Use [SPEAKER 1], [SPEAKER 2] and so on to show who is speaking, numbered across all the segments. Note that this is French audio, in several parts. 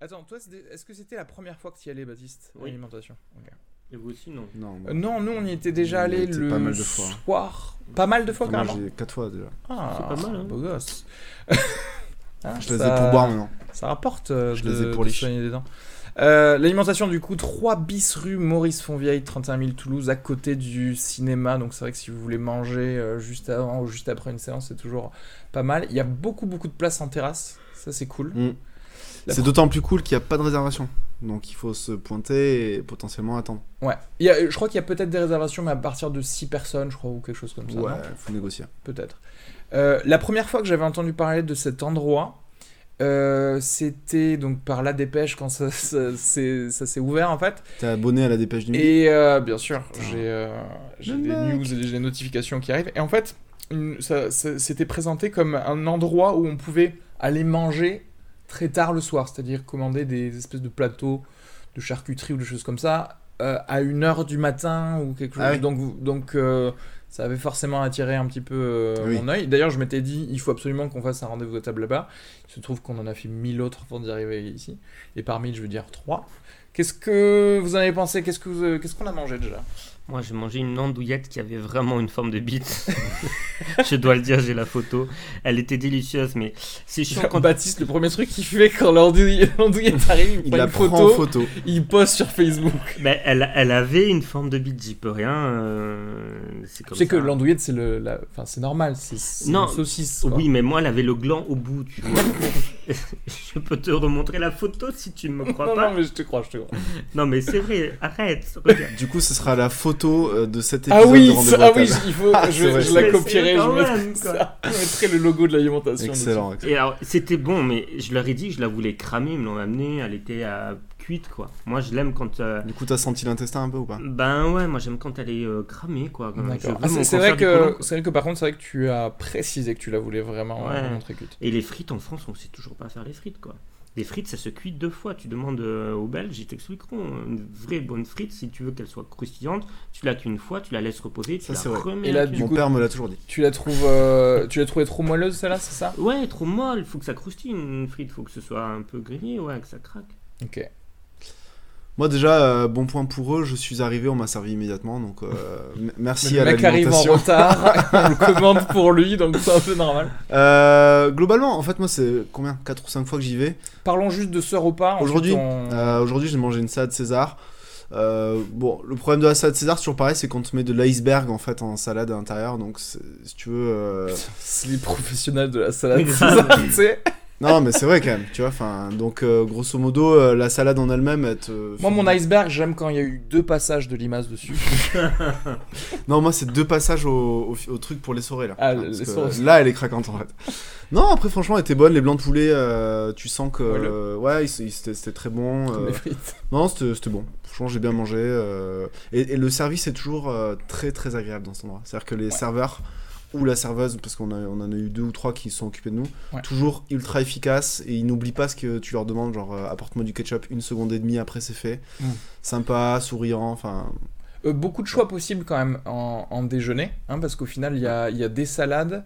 [SPEAKER 1] Attends, toi, c'était- est-ce que c'était la première fois que tu y allais, Baptiste
[SPEAKER 2] Oui.
[SPEAKER 1] Alimentation. Ok.
[SPEAKER 2] Et vous aussi, non
[SPEAKER 3] Non, bah,
[SPEAKER 1] Euh,
[SPEAKER 3] moi,
[SPEAKER 1] non, nous, on y était
[SPEAKER 3] On
[SPEAKER 1] déjà
[SPEAKER 3] y
[SPEAKER 1] allé
[SPEAKER 3] était
[SPEAKER 1] le
[SPEAKER 3] pas mal de fois.
[SPEAKER 1] soir. Pas mal de fois,
[SPEAKER 3] moi,
[SPEAKER 1] carrément.
[SPEAKER 3] j'ai quatre fois déjà.
[SPEAKER 1] Ah,
[SPEAKER 2] C'est pas mal, hein.
[SPEAKER 1] beau gosse. Ah,
[SPEAKER 3] Je les ai
[SPEAKER 1] ça-
[SPEAKER 3] pour boire maintenant.
[SPEAKER 1] Ça rapporte euh,
[SPEAKER 3] Je
[SPEAKER 1] de,
[SPEAKER 3] les ai pour
[SPEAKER 1] de
[SPEAKER 3] les
[SPEAKER 1] soigner des dents. Euh, L'alimentation, du coup, 3 bis rue Maurice Fonvieille, 31 000 Toulouse, à côté du cinéma. Donc, c'est vrai que si vous voulez manger euh, juste avant ou juste après une séance, c'est toujours pas mal. Il y a beaucoup, beaucoup de places en terrasse. Ça, c'est cool.
[SPEAKER 3] Mm.
[SPEAKER 1] La
[SPEAKER 3] C'est
[SPEAKER 1] pro-
[SPEAKER 3] d'autant plus cool qu'il n'y a pas de réservation. Donc il faut se pointer et potentiellement attendre.
[SPEAKER 1] Ouais. Il y a- je crois qu'il y a peut-être des réservations, mais à partir de 6 personnes, je crois, ou quelque chose comme ça. non
[SPEAKER 3] ouais, faut négocier.
[SPEAKER 1] peut-être. Euh, la première fois que j'avais entendu parler de cet endroit, euh, c'était donc par la dépêche quand ça, ça- c'est- ça s'est ouvert en fait.
[SPEAKER 3] T'es abonné à la dépêche du midi
[SPEAKER 1] Et euh, bien sûr,
[SPEAKER 3] Putain.
[SPEAKER 1] j'ai euh, j'ai
[SPEAKER 3] Le
[SPEAKER 1] des
[SPEAKER 3] mec.
[SPEAKER 1] news et j'ai des notifications qui arrivent. Et en fait, une- ça, ça- c'était présenté comme un endroit où on pouvait aller manger très tard le soir, c'est-à-dire commander des espèces de plateaux de charcuterie ou des choses comme ça euh, à 1h du matin ou quelque chose.
[SPEAKER 3] Ah oui.
[SPEAKER 1] Donc, vous- donc euh, ça avait forcément attiré un petit peu euh,
[SPEAKER 3] Oui.
[SPEAKER 1] mon œil. D'ailleurs, je m'étais dit, il faut absolument qu'on fasse un rendez-vous à table là-bas. Il se trouve qu'on en a fait 1000 autres avant d'y arriver ici. Et parmi, mille, je veux dire 3. Qu'est-ce que vous en avez pensé Qu'est-ce que vous- euh, qu'est-ce qu'on a mangé déjà
[SPEAKER 2] Moi, j'ai mangé une andouillette qui avait vraiment une forme de bite. je dois le dire, j'ai la photo. Elle était délicieuse, mais c'est chiant quand.
[SPEAKER 1] Baptiste, le premier truc qu'il fait quand l'andouille- l'andouillette arrive, il,
[SPEAKER 3] Il
[SPEAKER 1] prend
[SPEAKER 3] la
[SPEAKER 1] une
[SPEAKER 3] prend
[SPEAKER 1] photo,
[SPEAKER 3] en photo.
[SPEAKER 1] il poste sur Facebook.
[SPEAKER 2] Mais elle, elle avait une forme de bite, j'y peux rien. euh, c'est comme
[SPEAKER 1] C'est que
[SPEAKER 2] ça.
[SPEAKER 1] l'andouillette, c'est le, la- enfin, c'est normal, c'est- c'est
[SPEAKER 2] Non,
[SPEAKER 1] une saucisse. quoi.
[SPEAKER 2] Oui, mais moi, elle avait le gland au bout. Tu vois. je peux te remontrer la photo si tu me crois
[SPEAKER 1] Non,
[SPEAKER 2] pas.
[SPEAKER 1] non, mais je te crois, je te crois.
[SPEAKER 2] Non, mais c'est vrai, arrête. Regarde.
[SPEAKER 3] Du coup, ce sera la photo euh, de cet épisode
[SPEAKER 1] Ah
[SPEAKER 3] de
[SPEAKER 1] oui,
[SPEAKER 3] Rendez-vous
[SPEAKER 1] ça-
[SPEAKER 3] à
[SPEAKER 1] ah oui,
[SPEAKER 3] table.
[SPEAKER 1] je- il faut,
[SPEAKER 3] Ah,
[SPEAKER 1] je,
[SPEAKER 3] c'est vrai.
[SPEAKER 1] je la
[SPEAKER 2] C'est-
[SPEAKER 1] copierai,
[SPEAKER 2] c'est
[SPEAKER 1] je
[SPEAKER 2] quand
[SPEAKER 1] mettrai,
[SPEAKER 2] même, quoi.
[SPEAKER 1] ça. Je mettrai le logo de l'alimentation. dessus.
[SPEAKER 3] Excellent.
[SPEAKER 2] Et alors, c'était bon, mais je leur ai dit, je la voulais cramer, ils me l'ont amenée, elle était euh, cuite, quoi. Moi, je l'aime quand. euh,
[SPEAKER 3] Du coup, t'as senti l'intestin un peu ou pas
[SPEAKER 2] Ben ouais, moi j'aime quand elle est euh, cramée quoi. Quand je
[SPEAKER 1] D'accord.
[SPEAKER 2] veux
[SPEAKER 1] Ah,
[SPEAKER 2] mon
[SPEAKER 1] c'est c'est vrai,
[SPEAKER 2] cancer du
[SPEAKER 1] que-
[SPEAKER 2] côlon.
[SPEAKER 1] c'est vrai que par contre, c'est vrai que tu as précisé que tu la voulais vraiment
[SPEAKER 2] Ouais.
[SPEAKER 1] euh, montrer cuite.
[SPEAKER 2] Et les frites en France, on sait toujours pas faire les frites quoi. Les frites, ça se cuit deux fois. Tu demandes euh, aux Belges, ils t'expliqueront. Une vraie bonne frite, si tu veux qu'elle soit croustillante, tu la cuis une fois, tu la laisses reposer, tu
[SPEAKER 3] Ça,
[SPEAKER 2] la
[SPEAKER 3] c'est vrai.
[SPEAKER 2] remets.
[SPEAKER 1] Et là,
[SPEAKER 2] à
[SPEAKER 1] du
[SPEAKER 2] cuire.
[SPEAKER 3] Mon
[SPEAKER 1] coup-
[SPEAKER 3] père me l'a toujours dit.
[SPEAKER 1] Tu la trouves, euh, tu l'as trouvée trop moelleuse celle-là, c'est ça
[SPEAKER 2] Ouais, trop molle, faut que ça croustille une frite, faut que ce soit un peu grillé, ouais, que ça craque.
[SPEAKER 1] Ok.
[SPEAKER 3] Moi, déjà, euh, bon point pour eux, je suis arrivé, on m'a servi immédiatement. Donc, euh, m- merci
[SPEAKER 1] le
[SPEAKER 3] à
[SPEAKER 1] mec arrive en
[SPEAKER 3] l'alimentation.
[SPEAKER 1] retard, on le commande pour lui, donc c'est un peu normal.
[SPEAKER 3] Euh, globalement, en fait, moi, c'est combien 4 ou 5 fois que j'y vais.
[SPEAKER 1] Parlons juste de ce repas. ensuite
[SPEAKER 3] Aujourd'hui,
[SPEAKER 1] on-
[SPEAKER 3] Euh, Aujourd'hui, j'ai mangé une salade César. Euh, bon, le problème de la salade César, c'est toujours pareil, c'est qu'on te met de l'iceberg en fait en salade à l'intérieur. Donc, c'est- si tu veux. euh,
[SPEAKER 1] C'est les professionnels de la salade.
[SPEAKER 2] Grave.
[SPEAKER 1] César, tu sais.
[SPEAKER 3] Non, mais c'est vrai quand même, tu vois. Enfin, donc, euh, grosso modo, euh, la salade en elle-même, elle te.
[SPEAKER 1] Moi,
[SPEAKER 3] fait-
[SPEAKER 1] mon iceberg, j'aime quand il y a eu deux passages de limaces dessus.
[SPEAKER 3] Non, moi, c'est deux passages au, au- au truc pour les soirées là.
[SPEAKER 1] Ah, le-
[SPEAKER 3] Parce
[SPEAKER 1] les
[SPEAKER 3] que
[SPEAKER 1] soirées.
[SPEAKER 3] Là, elle est craquante en fait. Non, après, franchement, elle était bonne. Les blancs de poulet, euh, tu sens que.
[SPEAKER 1] Ouais, le-
[SPEAKER 3] euh, ouais, ils- ils- c'était c'était très bon.
[SPEAKER 1] comme
[SPEAKER 3] euh,
[SPEAKER 1] les frites.
[SPEAKER 3] Non, c'était c'était bon. Franchement, j'ai bien mangé. euh, Et, et le service est toujours euh, très très agréable dans cet endroit. C'est-à-dire que les serveurs ou la serveuse, parce qu'on a- on en a eu deux ou trois qui se sont occupés de nous,
[SPEAKER 1] Ouais.
[SPEAKER 3] toujours ultra efficace et ils n'oublient pas ce que tu leur demandes, genre euh, apporte-moi du ketchup une seconde et demie après c'est fait.
[SPEAKER 1] Mm.
[SPEAKER 3] Sympa, souriant, enfin.
[SPEAKER 1] Euh, beaucoup de choix possibles quand même en, en déjeuner, hein, parce qu'au final, il y a, il y a des salades.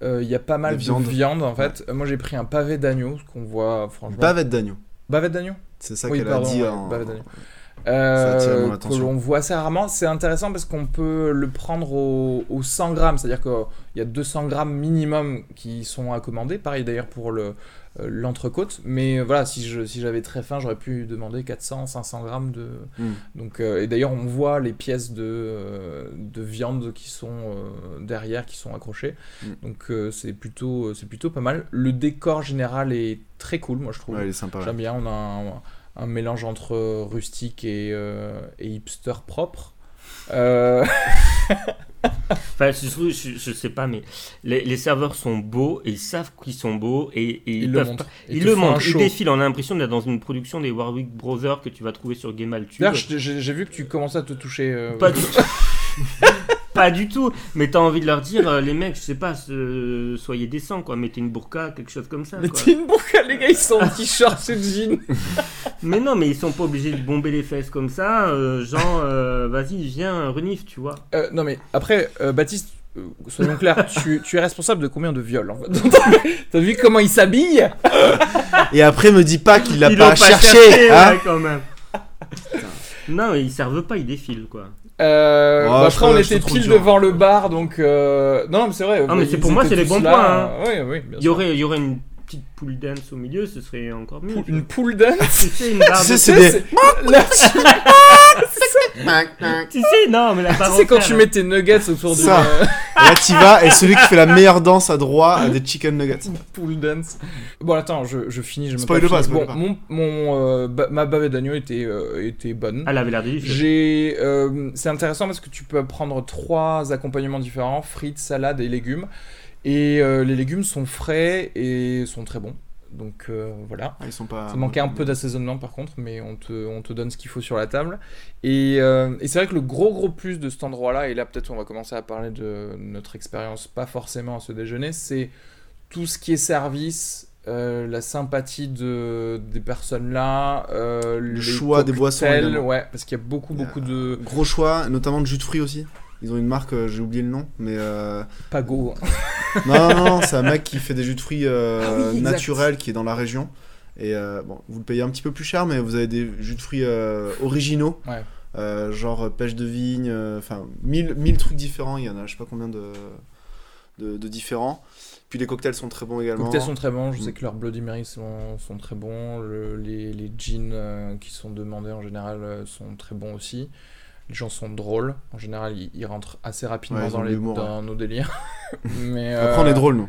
[SPEAKER 1] euh, Il y a pas mal
[SPEAKER 3] Des viandes.
[SPEAKER 1] de viande en fait. Euh, Moi j'ai pris un pavé d'agneau, ce qu'on voit franchement.
[SPEAKER 3] Bavette d'agneau.
[SPEAKER 1] Bavette d'agneau
[SPEAKER 3] C'est ça
[SPEAKER 1] Oui,
[SPEAKER 3] qu'elle
[SPEAKER 1] pardon,
[SPEAKER 3] a dit.
[SPEAKER 1] ouais,
[SPEAKER 3] en-
[SPEAKER 1] bavette d'agneau.
[SPEAKER 3] attire mon
[SPEAKER 1] euh, que
[SPEAKER 3] attention.
[SPEAKER 1] l'on voit assez rarement. C'est intéressant parce qu'on peut le prendre au, au 100 grammes, c'est-à-dire qu'il y a 200 grammes minimum qui sont à commander. Pareil d'ailleurs pour le euh, l'entrecôte, mais euh, voilà, si je- si j'avais très faim, j'aurais pu demander 400, 500 grammes de.
[SPEAKER 3] Mm.
[SPEAKER 1] Donc euh, et d'ailleurs on voit les pièces de euh, de viande qui sont euh, derrière, qui sont accrochées.
[SPEAKER 3] Mm.
[SPEAKER 1] Donc euh, c'est plutôt c'est plutôt pas mal. Le décor général est très cool, moi je trouve.
[SPEAKER 3] Ouais, elle est sympa. ouais.
[SPEAKER 1] J'aime bien, on a un, un mélange entre euh, rustique et, euh, et hipster propre. Euh,
[SPEAKER 2] Enfin, je, trouve- je, je sais pas, mais les, les serveurs sont beaux et ils savent qu'ils sont beaux et, et
[SPEAKER 1] ils
[SPEAKER 2] ils
[SPEAKER 1] le
[SPEAKER 2] peuvent
[SPEAKER 1] montrent.
[SPEAKER 2] Il,
[SPEAKER 1] te
[SPEAKER 2] le
[SPEAKER 1] font un
[SPEAKER 2] montre, il
[SPEAKER 1] show.
[SPEAKER 2] défile, on a l'impression d'être dans une production des Warwick Brothers que tu vas trouver sur Game Altube.
[SPEAKER 1] D'ailleurs, je- j'ai j'ai vu que tu commençais à te toucher. euh,
[SPEAKER 2] Pas du tout. pas du tout. Mais t'as envie de leur dire, euh, les mecs, je sais pas, euh, soyez décents, quoi. Mettez une burqa, quelque chose comme ça.
[SPEAKER 1] Mais
[SPEAKER 2] quoi.
[SPEAKER 1] t'es une bourre, les gars, ils sont en t-shirt et jean.
[SPEAKER 2] Mais non, mais ils sont pas obligés de bomber les fesses comme ça. euh, genre, euh, vas-y, viens, renifle, tu vois.
[SPEAKER 1] Euh, non, mais après, euh, Baptiste, euh, soyons clairs, tu, tu es responsable de combien de viols en fait T'as vu comment il s'habille
[SPEAKER 3] Et après, me dis pas qu'il l'a
[SPEAKER 2] Ils l'ont
[SPEAKER 3] pas, cherché. hein.
[SPEAKER 2] ouais, quand même. Putain. Non, ils servent pas, ils défilent quoi.
[SPEAKER 1] Euh,
[SPEAKER 3] Ouais,
[SPEAKER 1] bah,
[SPEAKER 3] je
[SPEAKER 1] après,
[SPEAKER 3] trouve-
[SPEAKER 1] on
[SPEAKER 3] je
[SPEAKER 1] était
[SPEAKER 3] trouve
[SPEAKER 1] pile
[SPEAKER 3] dur.
[SPEAKER 1] devant le bar, donc. euh, Non, mais c'est vrai.
[SPEAKER 2] Ah, mais
[SPEAKER 1] ils
[SPEAKER 2] c'est- pour moi,
[SPEAKER 1] étaient
[SPEAKER 2] c'est les
[SPEAKER 1] tous
[SPEAKER 2] bons
[SPEAKER 1] là.
[SPEAKER 2] points, hein.
[SPEAKER 1] Oui, oui, bien
[SPEAKER 2] Il y
[SPEAKER 1] sûr.
[SPEAKER 2] aurait, il y aurait une petite pool dance au milieu, ce serait encore mieux.
[SPEAKER 1] Une pool dance
[SPEAKER 2] Tu sais, une barre
[SPEAKER 3] Tu sais, c'est
[SPEAKER 2] de-
[SPEAKER 1] Tu sais,
[SPEAKER 3] des. Ah,
[SPEAKER 1] c'est- là, tu-
[SPEAKER 2] Tu sais, non, mais la
[SPEAKER 1] tu
[SPEAKER 2] barre
[SPEAKER 1] sais, quand
[SPEAKER 2] entière,
[SPEAKER 1] tu mets tes nuggets autour d'une
[SPEAKER 3] Ça.
[SPEAKER 1] euh,
[SPEAKER 3] Là, t'y vas, et celui qui fait la meilleure danse à droit a des chicken nuggets.
[SPEAKER 1] pool dance. Bon, attends, je, je finis. Je me
[SPEAKER 3] Spoil pas, spoil
[SPEAKER 1] Bon,
[SPEAKER 3] pas.
[SPEAKER 1] mon, mon, euh, ba- ma bavette d'agneau était, euh, était bonne.
[SPEAKER 2] Ah, Elle avait l'air délicieuse.
[SPEAKER 1] J'ai, euh, c'est intéressant parce que tu peux prendre trois accompagnements différents frites, salade et légumes. Et euh, les légumes sont frais et sont très bons. Donc euh, voilà.
[SPEAKER 3] Ah, ils sont pas.
[SPEAKER 1] Ça manquait un peu d'assaisonnement par contre, mais on te, on te donne ce qu'il faut sur la table. Et, euh, et c'est vrai que le gros gros plus de cet endroit-là, et là peut-être on va commencer à parler de notre expérience, pas forcément à ce déjeuner, c'est tout ce qui est service, euh, la sympathie de, des personnes là, euh,
[SPEAKER 3] Le
[SPEAKER 1] les
[SPEAKER 3] choix des boissons, Euh,
[SPEAKER 1] cocktails,
[SPEAKER 3] également.
[SPEAKER 1] Ouais, parce qu'il y a beaucoup
[SPEAKER 3] Il y a-
[SPEAKER 1] beaucoup de
[SPEAKER 3] Gros choix, notamment de jus de fruits aussi. Ils ont une marque, euh, j'ai oublié le nom, mais. euh,
[SPEAKER 1] pagots.
[SPEAKER 3] Non, non, non, c'est un mec qui fait des jus de fruits euh,
[SPEAKER 1] Ah oui, exact.
[SPEAKER 3] naturels qui est dans la région. Et euh, bon, vous le payez un petit peu plus cher, mais vous avez des jus de fruits euh, originaux.
[SPEAKER 1] Ouais.
[SPEAKER 3] Euh, genre euh, pêche de vigne, euh, enfin, mille, mille trucs différents. Il y en a je sais pas combien de, de, de différents. Puis les cocktails sont très bons
[SPEAKER 1] Les
[SPEAKER 3] également.
[SPEAKER 1] cocktails sont très bons, je sais
[SPEAKER 3] Mm.
[SPEAKER 1] que leurs Bloody Mary sont, sont très bons, le- les, les jeans euh, qui sont demandés en général euh, sont très bons aussi. Les gens sont drôles, en général ils, ils rentrent assez rapidement
[SPEAKER 3] Ouais, ils ont
[SPEAKER 1] dans,
[SPEAKER 3] de
[SPEAKER 1] les,
[SPEAKER 3] l'humour,
[SPEAKER 1] dans nos délires. Mais,
[SPEAKER 3] Après, on
[SPEAKER 1] euh,
[SPEAKER 3] est drôle, nous.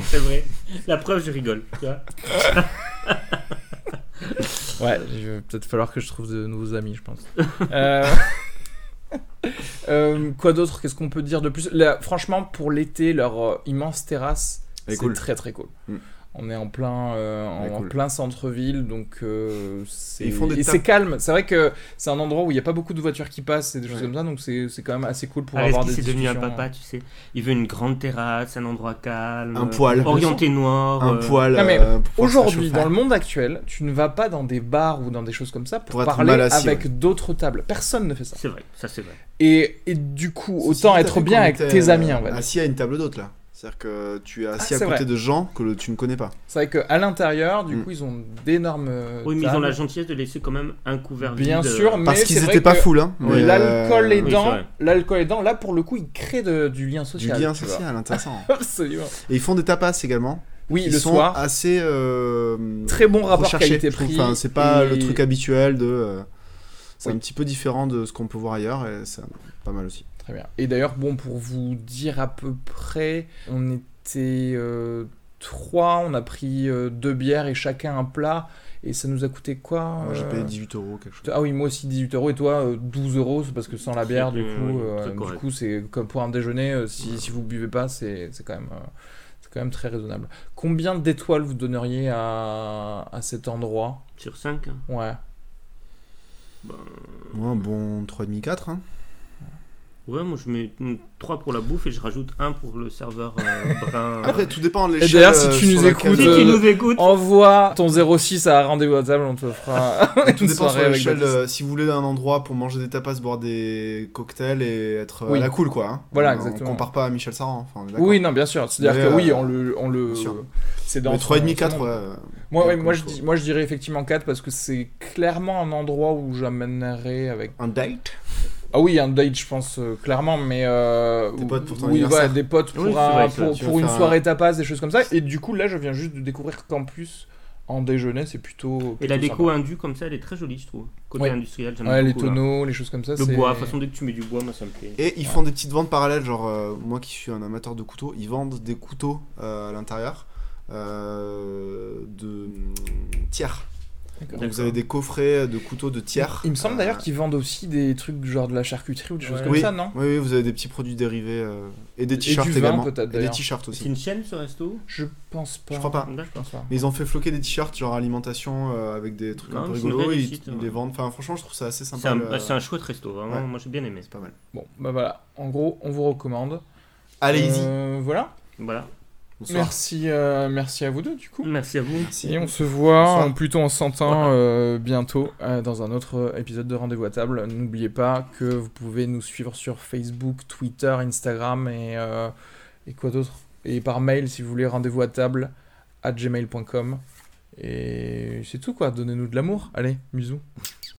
[SPEAKER 2] C'est vrai. La preuve, je rigole. Tu vois
[SPEAKER 1] Ouais, il va peut-être falloir que je trouve de nouveaux amis, je pense. Euh, euh, quoi d'autre Qu'est-ce qu'on peut dire de plus Là, Franchement, pour l'été, leur euh, immense terrasse,
[SPEAKER 3] Elle est
[SPEAKER 1] c'est
[SPEAKER 3] cool.
[SPEAKER 1] très très cool.
[SPEAKER 3] Mm.
[SPEAKER 1] On est en plein, euh,
[SPEAKER 3] Elle est
[SPEAKER 1] en, en
[SPEAKER 3] cool.
[SPEAKER 1] plein centre-ville, donc euh, c'est
[SPEAKER 3] Et ils font des
[SPEAKER 1] et c'est
[SPEAKER 3] tapes.
[SPEAKER 1] calme. C'est vrai que c'est un endroit où il n'y a pas beaucoup de voitures qui passent et des choses
[SPEAKER 3] Ouais.
[SPEAKER 1] comme ça, donc c'est c'est quand même assez cool pour avoir
[SPEAKER 2] Areski,
[SPEAKER 1] des
[SPEAKER 2] Ah, c'est
[SPEAKER 1] discussions. euh. hein.
[SPEAKER 2] devenu un papa, tu sais. Il veut une grande terrasse, un endroit calme.
[SPEAKER 3] Un
[SPEAKER 2] euh,
[SPEAKER 3] poêle.
[SPEAKER 2] Orienté noir.
[SPEAKER 3] Un
[SPEAKER 2] euh,
[SPEAKER 3] poil.
[SPEAKER 1] non, mais
[SPEAKER 3] euh, pour pouvoir se
[SPEAKER 1] Aujourd'hui,
[SPEAKER 3] réchauffer.
[SPEAKER 1] dans le monde actuel, tu ne vas pas dans des bars ou dans des choses comme ça pour,
[SPEAKER 3] Pour être
[SPEAKER 1] parler
[SPEAKER 3] mal assis,
[SPEAKER 1] avec d'autres tables. Personne ne fait ça.
[SPEAKER 2] C'est vrai, ça c'est vrai.
[SPEAKER 1] Et, et du coup,
[SPEAKER 3] C'est
[SPEAKER 1] autant
[SPEAKER 3] tout à
[SPEAKER 1] être
[SPEAKER 3] fait
[SPEAKER 1] bien
[SPEAKER 3] comme
[SPEAKER 1] avec
[SPEAKER 3] t'es,
[SPEAKER 1] tes
[SPEAKER 3] euh,
[SPEAKER 1] amis, en fait.
[SPEAKER 3] Assis à une table d'hôte, là. C'est-à-dire que tu es assis
[SPEAKER 1] Ah,
[SPEAKER 3] à
[SPEAKER 1] c'est
[SPEAKER 3] côté de gens que le- tu ne connais pas.
[SPEAKER 1] C'est vrai qu'à l'intérieur, du
[SPEAKER 3] Mm.
[SPEAKER 1] coup, ils ont d'énormes. euh,
[SPEAKER 2] Oui, mais ils ont
[SPEAKER 1] tables.
[SPEAKER 2] la gentillesse de laisser quand même un couvert
[SPEAKER 1] Bien
[SPEAKER 2] vide, euh,
[SPEAKER 1] sûr, mais
[SPEAKER 3] Parce
[SPEAKER 1] c'est
[SPEAKER 3] qu'ils
[SPEAKER 1] vrai
[SPEAKER 3] étaient pas
[SPEAKER 1] que
[SPEAKER 3] full, hein. mais, euh,
[SPEAKER 1] L'alcool
[SPEAKER 2] Oui,
[SPEAKER 1] aidant,
[SPEAKER 2] c'est vrai.
[SPEAKER 1] l'alcool aidant, là pour le coup, il crée de- du lien
[SPEAKER 3] Du
[SPEAKER 1] social.
[SPEAKER 3] lien
[SPEAKER 1] tu vois.
[SPEAKER 3] social, intéressant.
[SPEAKER 1] Absolument.
[SPEAKER 3] Et ils font des tapas également.
[SPEAKER 1] Oui,
[SPEAKER 3] ils
[SPEAKER 1] le
[SPEAKER 3] sont
[SPEAKER 1] soir,
[SPEAKER 3] assez euh,
[SPEAKER 1] très bon rapport
[SPEAKER 3] recherchés, je trouve.
[SPEAKER 1] qualité-prix.
[SPEAKER 3] Enfin, c'est pas
[SPEAKER 1] et-
[SPEAKER 3] le truc habituel de. euh, c'est
[SPEAKER 1] Oui.
[SPEAKER 3] un petit peu différent de ce qu'on peut voir ailleurs et c'est pas mal aussi.
[SPEAKER 1] Très bien. Et d'ailleurs, bon, pour vous dire à peu près, on était euh, trois, on a pris euh, deux bières et chacun un plat, et ça nous a coûté quoi
[SPEAKER 3] Moi, j'ai
[SPEAKER 1] euh,
[SPEAKER 3] payé 18 euros quelque chose.
[SPEAKER 1] Ah oui, moi aussi 18 euros et toi euh, 12 euros, c'est parce que sans la bière, du
[SPEAKER 2] euh,
[SPEAKER 1] coup,
[SPEAKER 2] oui,
[SPEAKER 1] euh,
[SPEAKER 2] très
[SPEAKER 1] du
[SPEAKER 2] correct.
[SPEAKER 1] coup, c'est comme pour un déjeuner, euh, si, si vous buvez pas, c'est c'est quand même. euh, c'est quand même très raisonnable. Combien d'étoiles vous donneriez à, à cet endroit
[SPEAKER 2] sur hein. 5.
[SPEAKER 1] Ouais.
[SPEAKER 3] Moi, un bon 3,5-4. Hein.
[SPEAKER 2] Ouais, moi je mets 3 pour la bouffe et je rajoute 1 pour le serveur euh, brun.
[SPEAKER 1] Ah,
[SPEAKER 2] euh.
[SPEAKER 3] Après, tout dépend de l'échelle.
[SPEAKER 1] d'ailleurs, si
[SPEAKER 3] euh,
[SPEAKER 1] tu
[SPEAKER 3] sur
[SPEAKER 1] nous
[SPEAKER 3] laquelle-
[SPEAKER 1] écoutes,
[SPEAKER 2] si
[SPEAKER 1] euh,
[SPEAKER 2] tu nous écoutes,
[SPEAKER 1] Envoie ton 06 à rendez-vous à table, on te fera une
[SPEAKER 3] Tout dépend
[SPEAKER 1] soirée
[SPEAKER 3] sur
[SPEAKER 1] avec
[SPEAKER 3] l'échelle.
[SPEAKER 1] Baptiste.
[SPEAKER 3] euh, si vous voulez un endroit pour manger des tapas, boire des cocktails et être euh,
[SPEAKER 1] Oui.
[SPEAKER 3] à la cool, quoi. hein.
[SPEAKER 1] Voilà,
[SPEAKER 3] On-
[SPEAKER 1] exactement.
[SPEAKER 3] On compare pas à Michel Saran. Enfin, on est d'accord.
[SPEAKER 1] Oui, non, bien sûr. C'est-à-dire
[SPEAKER 3] Mais,
[SPEAKER 1] que oui,
[SPEAKER 3] euh,
[SPEAKER 1] on le, on le,
[SPEAKER 3] bien sûr.
[SPEAKER 1] c'est dans.
[SPEAKER 3] Mais
[SPEAKER 1] son-
[SPEAKER 3] 3,5-4,
[SPEAKER 1] son-
[SPEAKER 3] ouais. euh,
[SPEAKER 1] Moi, ouais,
[SPEAKER 3] bien
[SPEAKER 1] moi,
[SPEAKER 3] comme
[SPEAKER 1] je
[SPEAKER 3] choix.
[SPEAKER 1] dis, moi, je dirais effectivement 4 parce que c'est clairement un endroit où j'amènerais avec
[SPEAKER 3] Un date
[SPEAKER 1] Ah oui, un date, je pense, euh, clairement, mais. euh,
[SPEAKER 3] Des potes pour ton
[SPEAKER 1] oui,
[SPEAKER 3] anniversaire.
[SPEAKER 1] voilà, des potes pour,
[SPEAKER 2] Oui, c'est
[SPEAKER 1] un-
[SPEAKER 2] vrai, c'est
[SPEAKER 1] pour,
[SPEAKER 2] vrai,
[SPEAKER 3] tu
[SPEAKER 1] pour
[SPEAKER 3] vas
[SPEAKER 1] une
[SPEAKER 3] faire un-
[SPEAKER 1] soirée tapas, des choses comme ça. Et du coup, là, je viens juste de découvrir qu'en plus, en déjeuner, c'est plutôt.
[SPEAKER 2] et
[SPEAKER 1] plutôt
[SPEAKER 2] la déco hein,
[SPEAKER 1] sympa.
[SPEAKER 2] indue comme ça, elle est très jolie, je trouve. Côté
[SPEAKER 1] Ouais.
[SPEAKER 2] industriel, j'aime
[SPEAKER 1] Ouais, les
[SPEAKER 2] beaucoup. là.
[SPEAKER 1] tonneaux, les choses comme ça.
[SPEAKER 2] Le
[SPEAKER 1] c'est-
[SPEAKER 2] bois, de toute façon, dès que tu mets du bois, moi ça me plaît.
[SPEAKER 3] Et ils font des petites ventes parallèles, genre euh, moi qui suis un amateur de couteaux, ils vendent des couteaux euh, à l'intérieur euh, de hum, tiers.
[SPEAKER 1] D'accord.
[SPEAKER 3] Donc vous avez des coffrets de couteaux de tiers.
[SPEAKER 1] Il me semble d'ailleurs
[SPEAKER 3] Euh,
[SPEAKER 1] qu'ils vendent aussi des trucs genre de la charcuterie ou des choses
[SPEAKER 2] Ouais.
[SPEAKER 1] comme
[SPEAKER 3] oui,
[SPEAKER 1] ça, non
[SPEAKER 3] Euh, oui, oui, vous avez des petits produits dérivés euh, et des
[SPEAKER 1] du
[SPEAKER 3] t-shirts
[SPEAKER 1] vin,
[SPEAKER 3] également.
[SPEAKER 1] peut-être,
[SPEAKER 3] et des
[SPEAKER 1] d'ailleurs.
[SPEAKER 3] t-shirts
[SPEAKER 2] C'est
[SPEAKER 3] aussi.
[SPEAKER 2] une chaîne ce resto
[SPEAKER 1] Je pense pas.
[SPEAKER 3] Je crois pas.
[SPEAKER 1] Je pense pas.
[SPEAKER 3] Mais ils ont fait floquer des t-shirts genre alimentation euh, avec des trucs
[SPEAKER 2] Non,
[SPEAKER 3] un peu
[SPEAKER 2] c'est une
[SPEAKER 3] rigolos. Ils,
[SPEAKER 2] réussite,
[SPEAKER 3] ils
[SPEAKER 2] ouais.
[SPEAKER 3] les vendent. Enfin, franchement, je trouve ça assez
[SPEAKER 2] C'est
[SPEAKER 3] sympa.
[SPEAKER 2] un, bah,
[SPEAKER 3] le-
[SPEAKER 2] c'est un chouette resto, vraiment.
[SPEAKER 3] ouais.
[SPEAKER 2] Moi j'ai bien aimé.
[SPEAKER 3] C'est pas mal.
[SPEAKER 1] Bon, bah voilà. En gros, on vous recommande.
[SPEAKER 3] Allez-y.
[SPEAKER 1] Euh, Voilà.
[SPEAKER 2] Voilà.
[SPEAKER 3] Bonsoir.
[SPEAKER 1] Merci, euh, merci à vous deux, du coup.
[SPEAKER 2] Merci à vous.
[SPEAKER 1] Et on se voit,
[SPEAKER 3] Bonsoir.
[SPEAKER 1] ou plutôt on s'entend euh, bientôt euh, dans un autre épisode de Rendez-vous à table. N'oubliez pas que vous pouvez nous suivre sur Facebook, Twitter, Instagram et, euh, et quoi d'autre Et par mail si vous voulez, rendez-vous à table à gmail.com. Et c'est tout quoi, donnez-nous de l'amour. Allez, bisous.